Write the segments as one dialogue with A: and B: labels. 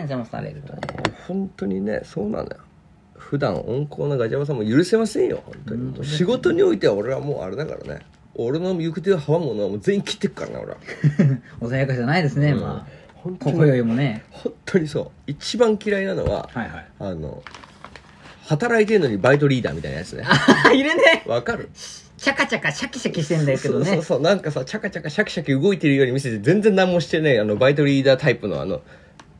A: 援者もされると。
B: 本当にねそうなのよ普段温厚なガジャバさんも許せませんよ本当に、仕事においては俺はもうあれだからね俺の行く手を阻むものはもう全員切ってくからね俺は
A: 穏やかじゃないですね、ま
B: 本
A: あ。
B: 当
A: ここよ
B: に
A: りもね。
B: 本当にそう一番嫌いなのは、
A: はいはい。
B: あの働いてるのにバイトリーダーみたいなやつね
A: あ あ、いるね。
B: わかる
A: チャカチャカシャキシャキしてんだけど
B: そうそ
A: ね
B: う。そうなんかさチャカチャカシャキシャキ動いてるように見せて全然何もしてないあのバイトリーダータイプのあの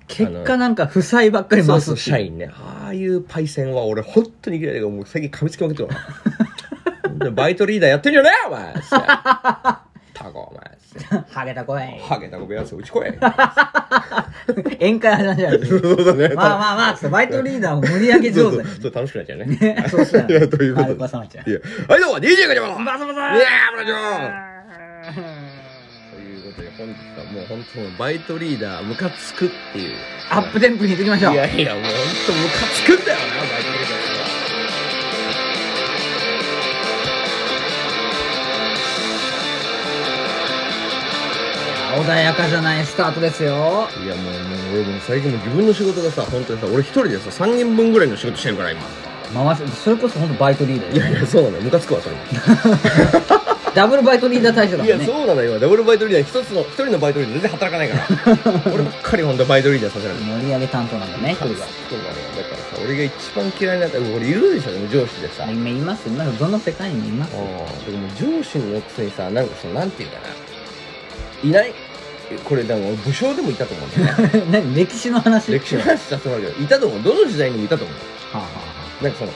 A: 結果なんか負債ばっかり
B: そう
A: 回
B: そ
A: す
B: う
A: し。
B: 社員ねああいうパイセンは俺本当に嫌いだけどもう最近噛みつきまくってる わバイトリーダーやってるよねお前つってタコお前つって
A: ハゲた声。
B: ハゲタコ部屋せうち来い
A: 宴会話じゃないですか。
B: そうだね
A: まあまあまあ、つってバイトリーダーを盛り上げ上手だよね。
B: そう楽しくなっちゃうね
A: そう したらね
B: いやということで
A: あ動かさなきゃ
B: いやはいどうも DJ ガチャバの
A: バサバサ
B: いやー村長ということで本日はもう本当もうバイトリーダームカつくっていう
A: アップテンプに行ってきましょう
B: い。やいやもう本当ムカつくんだよなバイトリーダーは
A: 穏やかじゃないスタートですよ。
B: いやもうもう俺も最近もう自分の仕事がさ本当にさ俺一人でさ3人分ぐらいの仕事してるから今
A: 回す、それこそ本当バイトリーダー
B: い
A: よ
B: やいやそうなのよムカつくわそれも
A: ダブルバイトリーダー対象だ
B: い
A: もん
B: や
A: ね。
B: そうなのよ今ダブルバイトリーダー一つの一人のバイトリーダー全然働かないか ら俺ばっかり本当バイトリーダーさせられる
A: 盛り上げ担当なんだね、一
B: そう
A: 人
B: だ
A: が。
B: そうなのよだからさ俺が一番嫌いな俺いるでしょでも上司でさ
A: 今いますよ。なんかどの世界にもいます よ。
B: うんでも上司のくせにさなんかそのなんていうかないないこれでも武将でもいたと思うんだよね
A: 何歴史の話
B: 歴史の話させてもらうけどいたと思うどの時代にもいたと思う
A: はあはあは
B: なんかその、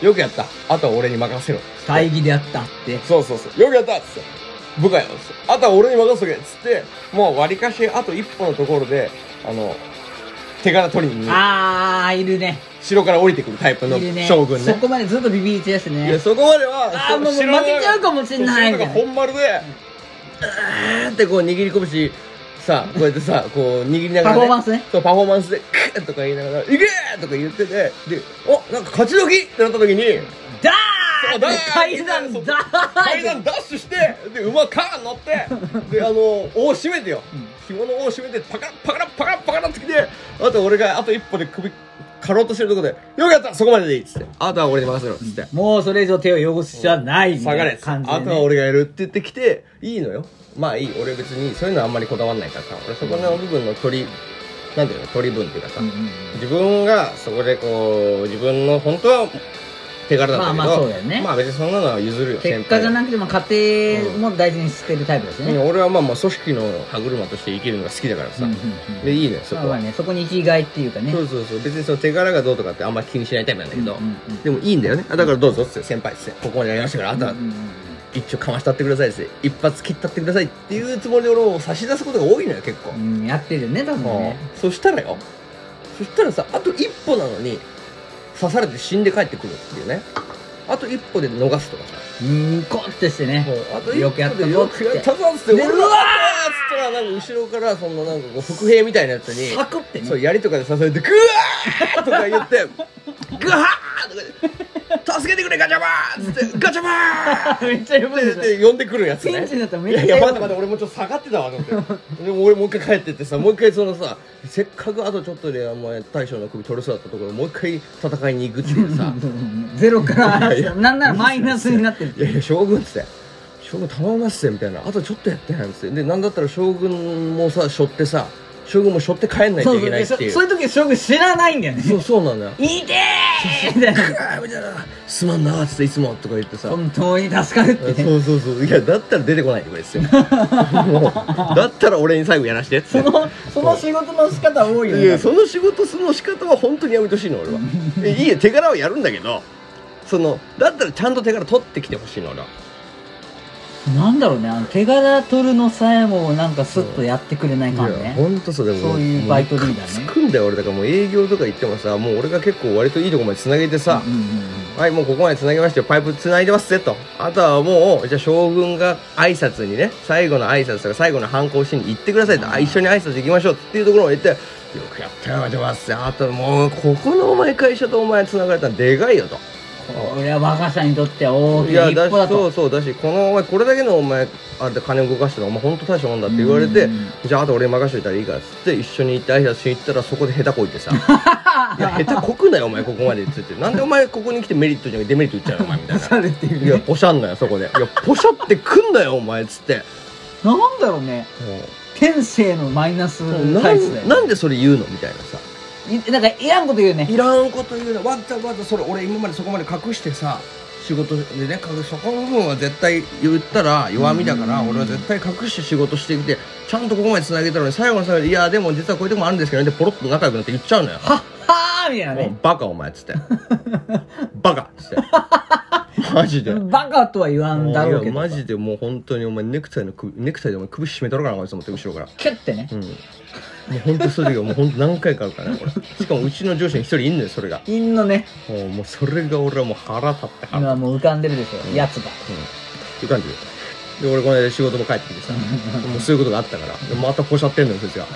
B: よくやった。あとは俺に任せろ。
A: あ会議であったって。
B: そうそうそう。よくやったっつって。部下よっつって。あとは俺に任せとけっつって、もう割かしあと一歩のところで、あの、手柄取りに、
A: あー、いるね。
B: 城から降りてくるタイプの
A: いるね。
B: 将軍
A: そ
B: ね。
A: こまでずっとビビり散らして
B: いや、
A: ね。
B: そこまでは、
A: あーもう
B: 城
A: もう負けちゃうかもしんない
B: そう城が本丸で、うーってこう握り拳、さあ、こうやってさ、こう握りながら、
A: パフォーマンスね。
B: そう、パフォーマンスで、クーとか言いながら、いけーとか言ってて、で、おなんか勝ち時ってなった時に、
A: ダ
B: そ
A: ー
B: う
A: ン
B: ダーン
A: 階段ダ
B: 階
A: ーン
B: 段ダッシュしてで馬カーン乗ってであの尾を締めてよ紐の尾を締めてパカッパカラッパカラッパカラッってきてあと俺があと一歩で首刈ろうとしてるとこで「よくやったそこまででいい」っつって「あとは俺に任せろ」っつって
A: もうそれ以上手を汚す必要はない
B: 「
A: み
B: 下
A: たい
B: がれ」
A: な
B: っつって「あ
A: 感じ
B: と
A: でね。
B: は俺がやる」って言ってきていいのよまあいい俺別にそういうのあんまりこだわんないからさ俺そこの部分の取りなんていうの取り分っていうかさ
A: うんうんうん
B: 自分がそこでこう自分の本当は手柄だったけ
A: ま
B: ど
A: あまあそうだよね
B: まあ別にそんなのは譲るよ
A: 結果じゃ
B: な
A: なくても家庭も大事にしてるタイプですね。
B: うん俺はまあまあ組織の歯車として生きるのが好きだからさ、
A: うんうんうん
B: でいいのよそこ
A: ま
B: は、
A: あね、そこに生きがいっていうかね
B: そ。うそうそう別にその手柄がどうとかってあんま気にしないタイプなんだけ
A: う
B: ど、
A: んうんうん
B: でもいいんだよねあだからどうぞっつって先輩っつってここまでやりましたからあとは
A: うんうんうん
B: 一丁かましたってくださいっつって一発切ったってくださいっていうつもりで俺を差し出すことが多いのよ結構、
A: うん、やってるよね、多分ね。
B: うんそしたらよそしたらさあと一歩なのに刺されて死んで帰ってくるっていうねあと一歩で逃すとかさ
A: うん、こってしてね
B: もうあと。一
A: よ
B: 歩
A: くやった
B: で
A: ぞ
B: よ
A: っ
B: く
A: つ
B: や
A: っ。
B: ってたぞっつって
A: で
B: 俺が
A: うわ
B: っつったらなんか後ろからそのなんかこう伏兵みたいなやつ に
A: サクってね。
B: そう槍とかで刺されてグワーとか言ってグハーとか助けてくれガチャバーっつってガチャバ ー
A: めっちゃ呼ぶで
B: っ
A: してょ。
B: って呼んでくるやつね
A: ピンチになったら
B: い
A: めっち
B: や
A: ゃ
B: いや待って待って俺もうちょっと下がってたわと 思ってでも俺もう一回帰ってってさもう一回そのさせっかくあとちょっとでお前大将の首取れそうだったところもう一回戦いに行くってい うさ
A: ゼロから、
B: いやいや
A: なんならマイナスになってる。
B: いやいや将軍っつって将軍頼みますぜみたいなあとちょっとやってなんつってでなんだったら将軍もさ背負ってさ将軍も背負って帰んない
A: そう
B: とい
A: そ
B: け
A: う
B: な
A: で。
B: いって
A: そ
B: いう
A: そういう時将軍知らないんだよね。
B: そうそうなんだよ
A: いてーみたいな。
B: あーみたいな「すまんな」っつっていつもとか言ってさ
A: 本当に助かるってね。
B: そうそうそういやだったら出てこないでくれっ すよもうだったら俺に最後やらしてっつ
A: そ
B: って
A: の、その仕事の仕方多いよ
B: いや
A: ね。
B: その仕事その仕方は本当にやめてほしいの俺はえいいえ手柄はやるんだけどそのだったらちゃんと手柄取ってきてほしいの俺は
A: なんだろうね、あの手柄取るのさえもなんかスッとやってくれない感
B: いや
A: ね。
B: 本当そうでも
A: そういうバイトリーダーね
B: もうムカつくんだよ俺だからもう営業とか行ってもさもう俺が結構割といいとこまでつなげてさ、
A: うんうんうん
B: はいもうここまでつなげましたよパイプつないでますぜとあとはもうじゃあ将軍が挨拶にね最後の挨拶とか最後の反抗しに行ってくださいと、あ一緒に挨拶行きましょうっていうところまで行ってよくやったよおじゃますあともうここのお前会社とお前つながれたのでかいよと
A: これは若さにとっては大き
B: い
A: な
B: や
A: 一
B: だし
A: 歩だと
B: そうそうだしこのお前これだけのお前あれで金動かしてるお前本当大したもんだって言われ
A: う
B: て
A: ん
B: じゃああと俺に任しといたらいいからっつって一緒に行って挨拶しに行ったらそこで下手こいてさいや下手こくなよお前ここまでっつってなんでお前ここに来てメリットじゃなくてデメリット言っちゃうのお前みたいな
A: されてる
B: いやポシャんなよそこでいやポシャってくんなよお前っつって
A: なんだろうね天性のマイナス
B: うんな
A: 体質だ
B: ん
A: よ
B: なんでそれ言うのみたいなさ
A: いなんかいらんこと言うね
B: いらんこと言うなわざわざそれ俺今までそこまで隠してさ仕事でね隠そこの部分は絶対言ったら弱みだから俺は絶対隠して仕事してきてちゃんとここまでつなげたのに最後の最後で「いやでも実はこういうとこもあるんですけどね」でポロッと仲良くなって言っち ゃうのよ「
A: はっはーみたいな
B: も
A: ね
B: うバカお前」っつ って「バカ」っつってマジで。
A: バカとは言わんだろう
B: い
A: け
B: や
A: ど
B: マジでもう本当にお前ネクタイの首ネクタイでお前首絞めたろかなこいつ思って後ろから
A: キュッてね
B: うんもう本当そういう時はもう本当何回かあるからねこれしかもうちの上司に一人いんのよそれが
A: 陰のね
B: もうもうそれが俺はもう腹立って腹立
A: 今もう浮かんでるでしょやつが
B: っていう感じでで俺この間仕事も帰ってきてさもうそういうことがあったからでまたポシャってんのよそいつが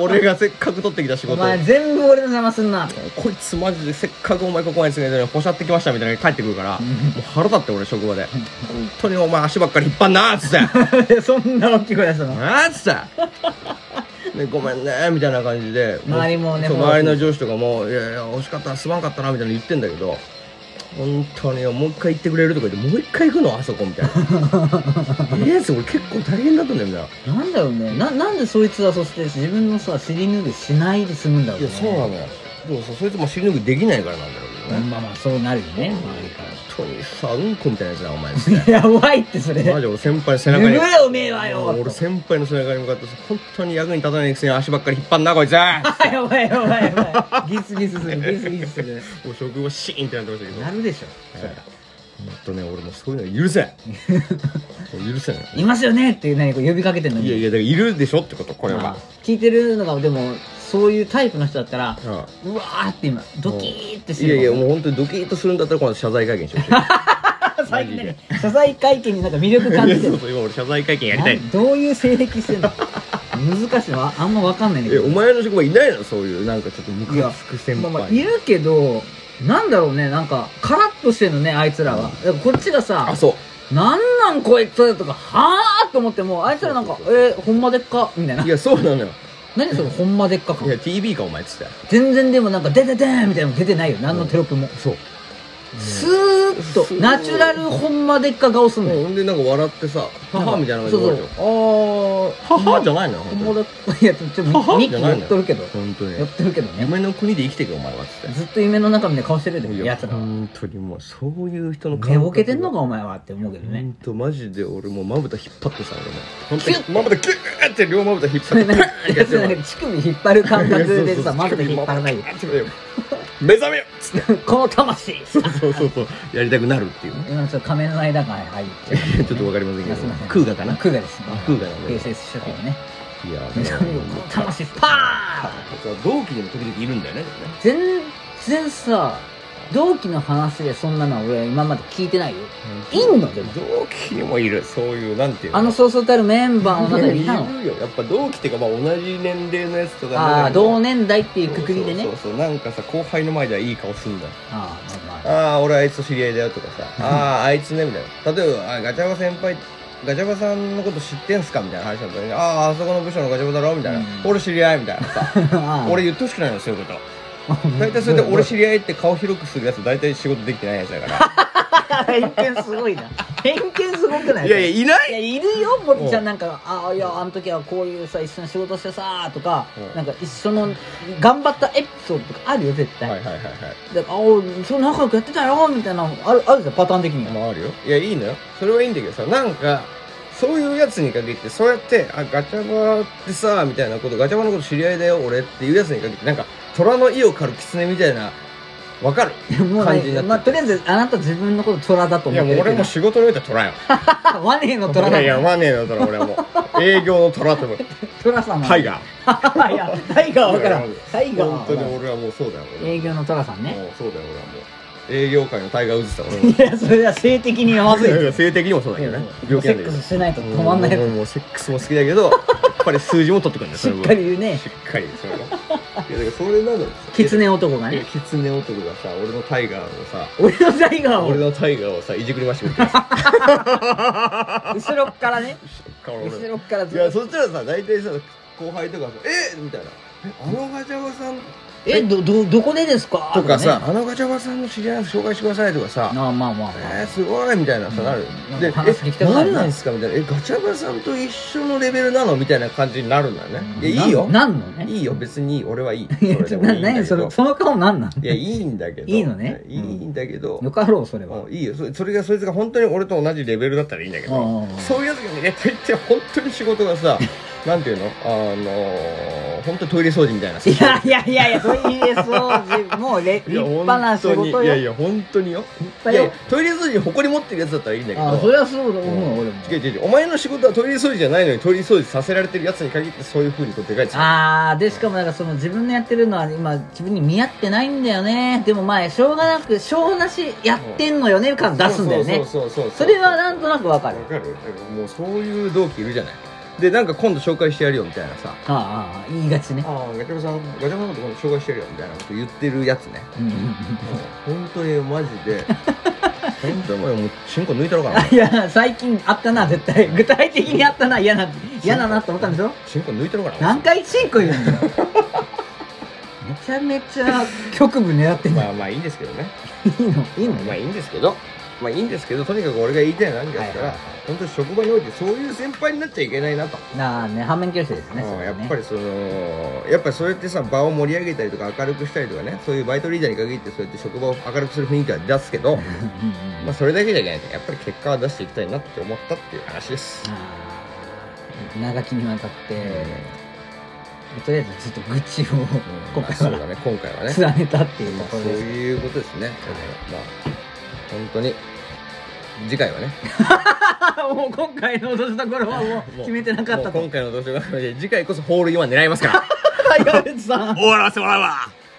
B: 俺がせっかく取ってきた仕
A: お
B: 事を
A: 前全部俺の邪魔すんな
B: こいつマジでせっかくお前ここまでつけてるのにポシャってきましたみたいなのに帰ってくるからもう腹立って俺職場で本当にお前足ばっかり引っ張んなーっつって
A: そんな大きい声出したの
B: なーっ つってねごめんねーみたいな感じで
A: 周りもね
B: そう
A: もう
B: 周りの上司とかも「いやいや惜しかったなすまんかったな」みたいなの言ってんだけど本当によもう一回行ってくれるとか言ってもう一回行くのあそこみたいな「いやつ俺結構大変だったんだよ」みたいな
A: なんだろうねななんでそいつはそして自分のさ尻拭いしないで済むんだろ
B: いう
A: ね
B: やそうなのよでもさそいつも尻拭いできないからなんだろうけどね
A: まあまあそうなるよね周りか
B: 本当にさうんこみたいなやつだなお前っつっ
A: らやばいってそれ
B: てマ
A: 拭
B: ジ俺先輩の背中
A: え
B: に
A: よめえはよ
B: 俺先輩の背中に向かってさ本当に役に立たないくせに足ばっかり引っ張んなこ いつ
A: やばいやばいやばい ギスギスするギスギスする
B: もう職場シーンってなってましたけど
A: なるでしょそりゃ
B: ほんとね俺もうそういうの許せんもう許せんい
A: いますよねっていう何こう呼びかけてんのに
B: やいやだからいるでしょってことこれ
A: まあ
B: は
A: 聞いてるのがでもそういうタイプの人だったら
B: うん
A: うわーって今ドキーってして
B: いや
A: る
B: いやもう本当にドキッとするんだったらこの謝罪会見してほしい
A: 最近ね 謝罪会見になんか魅力感じて
B: そ
A: る
B: うそう今俺謝罪会見やりたい
A: なん どういう性癖してんの難しいのああんま分かんないんだけ
B: え
A: ど
B: お前の職場いないのそういうなんかちょっとムカつく先
A: まあまあ
B: 輩
A: いるけどなんだろうねなんかカラッとしてんのねあいつらは、だからこっちがさ
B: あそ
A: 「
B: う
A: なんなんこいつ」とか「はあ」と思ってもあいつらなんか「えー、ほんまでっか」みたいない
B: やそうなのよ
A: 何その「ほんまでっかか
B: いや TV かお前っつって
A: 全然でもなんか「出てて」みたいなの出てないよ何のテロップも、
B: そう
A: スーッと
B: そう
A: ナチュラルほんまでっか顔すんのよ
B: ほんでなんか笑ってさ母みたいな感じ
A: そう
B: で
A: そう
B: 終わる
A: あー
B: じゃん母じゃないのよ
A: ほ
B: 本
A: ん
B: 当
A: ま
B: に
A: でっか いやちょっと
B: はは
A: ミッキ
B: じゃ
A: ー
B: ないの
A: やっとるけど
B: 本当
A: や
B: に
A: ってるけどね
B: 夢の国で生きてけお前はっつって
A: ずっと夢の中みたいな顔してるで
B: い
A: やつらは
B: 本当にもうそういう人の
A: 寝ぼけてんの
B: か
A: かお前はって思うけど
B: ほ
A: ね
B: んとマジで俺もうまぶた引っ張ってさ俺も本
A: キュッ
B: 当にまぶたキューって両まぶた引っ
A: そ
B: 張
A: れ
B: って
A: なんか
B: パーンってやってる
A: 乳首引っ張る感覚でさまぶた引っ張らないで
B: 目覚めよっつって
A: この魂
B: そうそうそうそうやりたくなるっていうね
A: 今のちょっと仮面ライダー感入ってる
B: ちょっとわかりませんけ
A: すい
B: ど
A: ません
B: 空ガかな
A: クーガですね
B: あクーガなんだ
A: 平成初期のね
B: いや
A: 目覚めよこの魂パーン
B: 同期でも時々いるんだよねでもね
A: 全然さ同期の話でそんなのは俺は今まで聞いてないよいんのでも
B: 同期にもいるそういうなんていうの
A: あのそうそうたるメンバーの中に
B: い
A: いたの
B: るよやっぱ同期っていうかまあ同じ年齢のやつとかの
A: あ
B: 中
A: あ
B: に
A: 同年代っていうくくりでね
B: そうそうそうなんかさ後輩の前ではいい顔すんだ
A: ああまあまあ
B: ああ俺あいつと知り合いだよと かさあああいつねみたいな例えばあガチャバ先輩ガチャバさんのこと知ってんすかみたいな話だったらあああそこの部署のガチャバだろみたいな、
A: うん
B: 俺知り合いみた いなさ
A: ああ
B: 俺言ってほしくないのそうい うこと大体それで俺知り合いって顔広くするやつ大体仕事できてないやつだか
A: 偏見すごいな偏見すごくな
B: ら
A: い
B: いない
A: いやいるよもっちゃんなんか「ああいやあの時はこういうさ一緒に仕事してさ」とか
B: うん
A: なんか一緒の頑張ったエピソードとかあるよ絶
B: は
A: 対、
B: いはいはいは
A: だから「あおそう仲良くやってたよ」みたいなのあるあるじゃんパターン的に
B: い
A: は
B: まああるよいやいいのよそれはいいんだけどさなんかそういうやつに限ってそうやってあガチャバってさみたいなことガチャバのこと知り合いだよ俺っていうやつに限ってなんか虎の意を狩る狐みたいなわかる
A: もう
B: 感じに
A: ね、
B: なってる
A: まあ、とりあえずあなた自分のこと虎だと思
B: いや
A: っ
B: も
A: て
B: う
A: るけ
B: 俺
A: ど
B: も仕事においては虎よ
A: ワネの虎だ
B: いやいやマネーの虎俺はもう営業の虎っても
A: 虎さん
B: タイ
A: ガ
B: ガー
A: ーいやタイガーは分からんタイガーは
B: 本当
A: 分か
B: に
A: らん
B: 俺はもうそうだよ俺
A: 営業の虎さんね
B: もうそうだよ俺はもう営業界のタイガーウズだ俺も
A: いやそれは性的にまずい
B: いやいや性的にもそうだけどね
A: もう
B: 病気
A: セ
B: なん
A: ッ
B: だけ
A: ク
B: ど
A: スしないと止まんないや
B: もうもうもうセックスも好きだけどやっぱり数字も取ってくるんだよそ
A: し
B: れ
A: っ
B: も
A: かり言うね
B: しっかりそれがいやだからそれなのよ
A: 狐男が
B: いや
A: ね
B: 狐男がさ俺のタイガーをさ
A: 俺のタイガー
B: 俺
A: を
B: のタイガーをさいじくりましてくれてさ
A: 後ろっからね
B: 顔俺
A: 後ろっから
B: い
A: ず
B: や
A: っと
B: そしたらさ大体さ後輩とかさ「えみたいな「えあのガチャバさん
A: えどどどこでですか
B: とかさ「
A: ね
B: あのガチャバさんの知り合いなんです紹介してください」とかさ
A: ああまあまあま
B: えー、
A: あ
B: すごいみたいなさなる
A: うんなん
B: で
A: か話聞き
B: え
A: たくなるね
B: 何なんですかみたいなえガチャバさんと一緒のレベルなのみたいな感じになるんだよねいやいいよ
A: なんのね
B: いいよ別にいい俺はいいそ
A: いや
B: れでもいいんだ
A: 何
B: け
A: そ
B: ど
A: のその顔なんなん
B: いやいいんだけど
A: いいのね
B: いいんだけど
A: よかろうそれは
B: もういいよそれそれがそいつが本当に俺と同じレベルだったらいいんだけど
A: うん
B: そういうやつがね大抵本当に仕事が さなんていうのあのー、本当にトイレ掃除みたいなさ
A: いやいやいやいやそれ入れそうもうれ立
B: いや
A: 派な仕
B: 本当に
A: 事
B: いや
A: よ
B: いや本当によ
A: 当
B: い
A: よ
B: やいやトイレ掃除に誇り持ってるやつだったらいいんだけど
A: ああそれはそうだ思うよ俺も
B: 違う違う違うお前の仕事はトイレ掃除じゃないのにトイレ掃除させられてるやつに限ってそういうふうにこうでかいっすよ
A: ああでしかもなんかその自分のやってるのは今自分に見合ってないんだよねでも前しょうがなくしょうなしやってんのよね感出すんだよね
B: そうそうそうう
A: それはなんとなくわかる
B: わかるだからもうそういう同期いるじゃないでなんか今度紹介してやるよみたいなさ
A: ああああ言いがちね
B: ああガチャバさんガチャバさんのところ紹介してやるよみたいなこと言ってるやつね
A: うんうんうん
B: 本当にマジで本当にお前もうチンコ抜いたろかな
A: あいや最近あったな絶対具体的にあったな嫌な嫌だなと思ったんでしょ
B: チンコ抜いたろかな
A: 何回チンコ言うんだよめちゃめちゃ局部狙ってんの
B: まあまあいいんですけどね
A: いいのいいの
B: まあいいんですけどまあいいんですけどとにかく俺が言いたいのは何かしたら、
A: はいはいはい
B: 本当に職場においてそういう先輩になっちゃいけないなと
A: なあね反面教師ですね
B: うん
A: それ
B: や
A: はね
B: っぱりそのやっぱりそうやってさ場を盛り上げたりとか明るくしたりとかねそういうバイトリーダーに限ってそうやって職場を明るくする雰囲気は出すけど
A: うんうんうん
B: まあそれだけじゃいけないねやっぱり結果は出していきたいなって思ったっていう話です、
A: あー長きにわたって、
B: う
A: とりあえずちょっと愚痴を
B: ん
A: 今
B: まあ
A: 回
B: そう
A: は、
B: だね今回 はね、
A: 貫ねたっていう
B: ま
A: と
B: あ、
A: こ
B: そう
A: ろです、
B: いうことですね、まあ本当に次回はね
A: もう今回の落としどころはもう決めてなかった
B: もう
A: と
B: 今回のどうしようかなので次回こそホールインワン狙いますから
A: 山口さん
B: 終わらせてもらうわ